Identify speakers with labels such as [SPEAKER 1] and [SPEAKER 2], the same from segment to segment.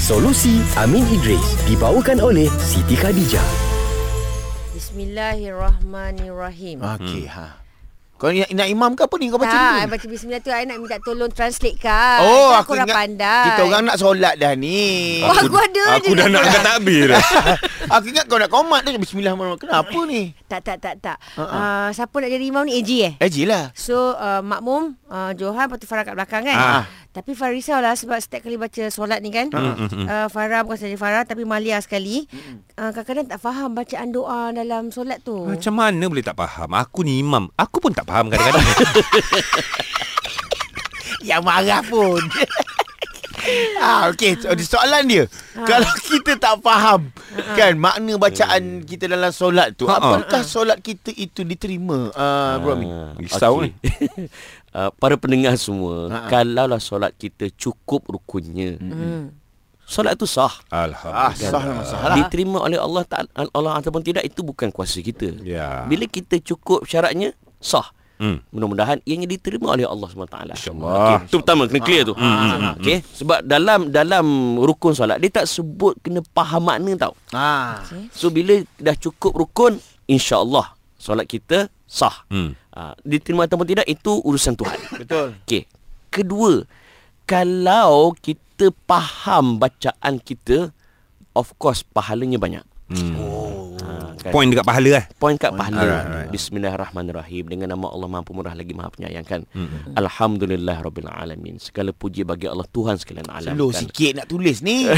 [SPEAKER 1] Solusi Amin Idris dibawakan oleh Siti Khadijah.
[SPEAKER 2] Bismillahirrahmanirrahim. Ah,
[SPEAKER 3] Okey hmm. ha. Kau nak, nak imam ke apa ni kau baca
[SPEAKER 2] tak,
[SPEAKER 3] ni?
[SPEAKER 2] I Ha, baca bismillah tu I nak minta tolong translate kan.
[SPEAKER 3] Oh,
[SPEAKER 2] Kan
[SPEAKER 3] aku
[SPEAKER 2] korang
[SPEAKER 3] ingat
[SPEAKER 2] pandai.
[SPEAKER 3] Kita orang nak solat dah ni.
[SPEAKER 2] Wah, aku ada
[SPEAKER 4] Aku
[SPEAKER 2] je
[SPEAKER 4] dah
[SPEAKER 2] dah
[SPEAKER 4] nak
[SPEAKER 2] solat.
[SPEAKER 4] angkat takbir dah.
[SPEAKER 3] aku ingat kau nak komat tu bismillahirrahmanirrahim. Kenapa ni?
[SPEAKER 2] Tak tak tak tak.
[SPEAKER 3] Ha-ha.
[SPEAKER 2] Uh, siapa nak jadi imam ni AG eh?
[SPEAKER 3] Eh jilah.
[SPEAKER 2] So uh, makmum uh, Johan Lepas tu Farah kat belakang kan
[SPEAKER 3] Ah.
[SPEAKER 2] Tapi Farah risau lah Sebab setiap kali baca solat ni kan uh, Farah bukan saja Farah Tapi Malia sekali uh, Kadang-kadang tak faham Bacaan doa dalam solat tu
[SPEAKER 4] Macam mana boleh tak faham? Aku ni imam. Aku pun tak faham kadang-kadang.
[SPEAKER 3] Yang Ya, marah pun. Ah, okey, so, di soalan dia. Ha. Kalau kita tak faham ha. kan makna bacaan kita dalam solat tu,
[SPEAKER 4] Ha-ha.
[SPEAKER 3] apakah solat kita itu diterima? Ah, Bro Amin.
[SPEAKER 4] Risau eh? ni.
[SPEAKER 5] Ha, uh, para pendengar semua,
[SPEAKER 3] Ha-ha.
[SPEAKER 5] kalaulah solat kita cukup rukunnya,
[SPEAKER 2] hmm.
[SPEAKER 5] solat tu sah.
[SPEAKER 3] Ah,
[SPEAKER 4] Alhamdulillah.
[SPEAKER 3] sah masalah.
[SPEAKER 5] Diterima oleh Allah Ta'ala Allah ataupun tidak itu bukan kuasa kita.
[SPEAKER 4] Ya.
[SPEAKER 5] Bila kita cukup syaratnya sah.
[SPEAKER 4] Hmm.
[SPEAKER 5] Mudah-mudahan ianya diterima oleh Allah SWT.
[SPEAKER 4] InsyaAllah. Ah,
[SPEAKER 5] Itu pertama kena clear tu. Hmm. Okey, sebab dalam dalam rukun solat dia tak sebut kena faham makna tau.
[SPEAKER 3] Ah.
[SPEAKER 5] So bila dah cukup rukun, insya-Allah solat kita sah.
[SPEAKER 4] Hmm.
[SPEAKER 5] Ha, diterima ataupun tidak itu urusan Tuhan.
[SPEAKER 3] Betul.
[SPEAKER 5] Okey. Kedua, kalau kita faham bacaan kita, of course pahalanya banyak.
[SPEAKER 3] Oh.
[SPEAKER 5] Ha, kan?
[SPEAKER 4] Point dekat pahala eh.
[SPEAKER 5] Point kat pahala
[SPEAKER 4] Alright, alright.
[SPEAKER 5] Bismillahirrahmanirrahim Dengan nama Allah Maha Pemurah lagi Maha Penyayang kan hmm. Alhamdulillah Rabbil Alamin Segala puji bagi Allah Tuhan sekalian alam
[SPEAKER 3] Slow
[SPEAKER 5] kan
[SPEAKER 3] sikit nak tulis ni.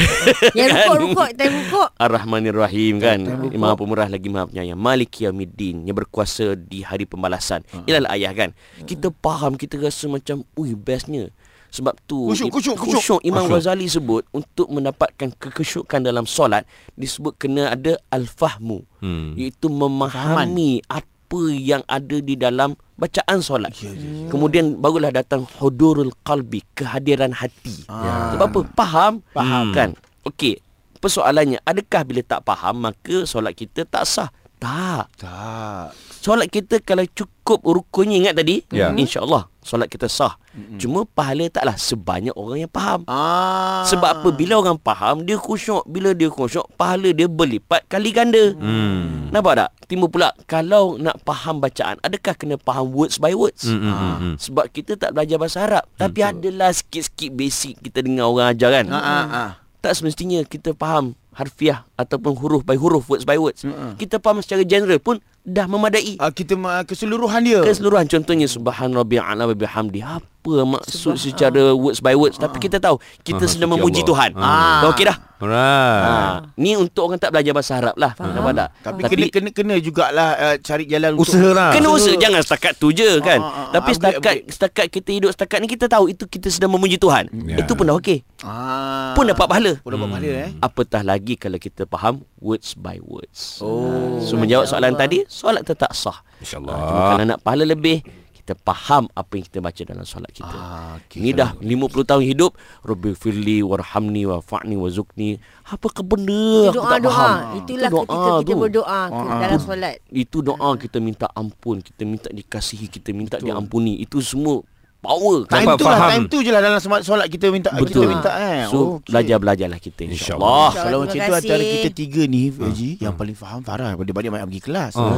[SPEAKER 2] Yang rukuk-rukuk Time rukuk
[SPEAKER 5] Ar-Rahmanir-Rahim kan Maha Pemurah lagi Maha Penyayang Maliki Yaumiddin Yang berkuasa di hari pembalasan
[SPEAKER 3] Hmm.
[SPEAKER 5] Ialah ayah kan Kita faham Kita rasa macam Ui bestnya sebab tu
[SPEAKER 3] Khusyuk, khusyuk, khusyuk.
[SPEAKER 5] Imam Ghazali sebut untuk mendapatkan kekhusyukan dalam solat disebut kena ada al-fahmu
[SPEAKER 4] Hmm.
[SPEAKER 5] iaitu memahami apa yang ada di dalam bacaan solat.
[SPEAKER 3] Ya,
[SPEAKER 5] Kemudian barulah datang hudurul qalbi, kehadiran hati.
[SPEAKER 3] Ah.
[SPEAKER 5] Sebab apa? Faham?
[SPEAKER 4] Hmm.
[SPEAKER 5] Faham kan? Okey. Persoalannya, adakah bila tak faham maka solat kita tak sah? Tak.
[SPEAKER 3] tak.
[SPEAKER 5] Solat kita kalau cukup rukunnya ingat tadi,
[SPEAKER 4] Ya.
[SPEAKER 5] Hmm. insya-Allah solat kita sah.
[SPEAKER 3] Hmm.
[SPEAKER 5] Cuma pahala taklah sebanyak orang yang faham.
[SPEAKER 3] Ah.
[SPEAKER 5] Sebab apa? Bila orang faham, dia khusyuk. Bila dia khusyuk, pahala dia berlipat kali ganda.
[SPEAKER 4] Hmm.
[SPEAKER 5] Nampak tak? Timbul pula, kalau nak faham bacaan, adakah kena faham words by words?
[SPEAKER 4] Hmm, hmm, hmm, hmm.
[SPEAKER 5] Sebab kita tak belajar bahasa Arab. Tapi adalah sikit-sikit basic kita dengar orang ajar kan?
[SPEAKER 3] Ah, ah, ah.
[SPEAKER 5] Tak semestinya kita faham harfiah ataupun huruf by huruf, words by words. Kita faham secara general pun dah memadai.
[SPEAKER 3] Ah, kita ma- keseluruhan dia.
[SPEAKER 5] Keseluruhan contohnya subhan rabbil a'la wa bihamdi apa maksud secara words by words tapi kita tahu kita
[SPEAKER 4] Ah,
[SPEAKER 5] sedang
[SPEAKER 4] suci
[SPEAKER 5] memuji
[SPEAKER 4] Allah.
[SPEAKER 5] Tuhan.
[SPEAKER 3] ya Ah.
[SPEAKER 5] Ah. Okey dah.
[SPEAKER 4] Alright.
[SPEAKER 5] Ha. Ni untuk orang tak belajar bahasa Arab lah. Nampak tak?
[SPEAKER 3] Tapi, tapi kena kena kena jugalah uh, cari jalan
[SPEAKER 4] Usaha
[SPEAKER 3] untuk
[SPEAKER 4] lah.
[SPEAKER 5] Kena
[SPEAKER 3] Usaha.
[SPEAKER 5] usaha Jangan setakat tu je kan
[SPEAKER 3] Ah, ah, ah.
[SPEAKER 5] Tapi
[SPEAKER 3] Upgrade,
[SPEAKER 5] setakat
[SPEAKER 3] upgrade.
[SPEAKER 5] Setakat kita hidup setakat ni Kita tahu itu kita sedang memuji Tuhan
[SPEAKER 4] Ya.
[SPEAKER 5] Itu pun dah okey
[SPEAKER 3] Ah.
[SPEAKER 5] Pun dapat pahala Hmm.
[SPEAKER 3] Pun dapat pahala eh.
[SPEAKER 5] Apatah lagi kalau kita faham Words by words oh, So menjawab soalan tadi Solat tetap sah
[SPEAKER 4] InsyaAllah.
[SPEAKER 5] Ah, cuma Kalau nak pahala lebih kita faham apa yang kita baca dalam solat kita.
[SPEAKER 3] Ah,
[SPEAKER 5] Ah,
[SPEAKER 3] okey.
[SPEAKER 5] okay. Ini dah 50 tahun hidup, Rabbi firli warhamni wafa'ni wazukni. Apa ke benda aku tak
[SPEAKER 2] Doa-doa
[SPEAKER 5] faham.
[SPEAKER 2] Itulah
[SPEAKER 5] Itu
[SPEAKER 2] ketika kita
[SPEAKER 5] tu.
[SPEAKER 2] berdoa ke Dalam solat
[SPEAKER 5] Itu doa kita minta ampun Kita minta dikasihi Kita minta Betul. diampuni Itu semua power kan?
[SPEAKER 3] Time
[SPEAKER 4] Nampak
[SPEAKER 3] tu lah,
[SPEAKER 4] faham.
[SPEAKER 3] time tu je lah dalam semat solat kita minta
[SPEAKER 5] Betul
[SPEAKER 3] kita minta eh.
[SPEAKER 5] So
[SPEAKER 3] Okey.
[SPEAKER 5] belajar-belajarlah kita
[SPEAKER 4] InsyaAllah.
[SPEAKER 5] InsyaAllah
[SPEAKER 2] InsyaAllah.
[SPEAKER 3] Kalau
[SPEAKER 2] Terima
[SPEAKER 3] macam tu
[SPEAKER 2] kasih.
[SPEAKER 3] antara kita tiga ni Haji yang paling faham Farah daripada banyak banyak pergi kelas.
[SPEAKER 4] Ah.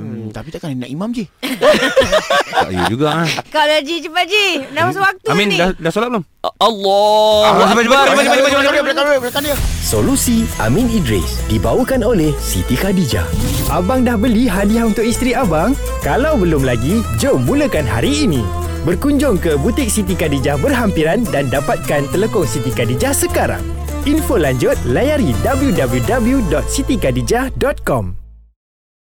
[SPEAKER 3] Hmm, tapi takkan nak imam je.
[SPEAKER 4] Tak ya juga ah.
[SPEAKER 2] Kau dah Ji Cepat Ji Dah masuk waktu
[SPEAKER 4] Amin
[SPEAKER 2] ni
[SPEAKER 4] dah, dah solat belum?
[SPEAKER 5] Allah
[SPEAKER 4] cepat, cepat, cepat, cepat, cepat, cepat.
[SPEAKER 3] belakang dia, belakang dia.
[SPEAKER 1] Solusi Amin Idris dibawakan oleh Siti Khadijah.
[SPEAKER 6] Abang dah beli hadiah untuk isteri abang? Kalau belum lagi, jom mulakan hari ini. Berkunjung ke butik Siti Khadijah berhampiran dan dapatkan telekong Siti Khadijah sekarang. Info lanjut layari www.sitikadijah.com.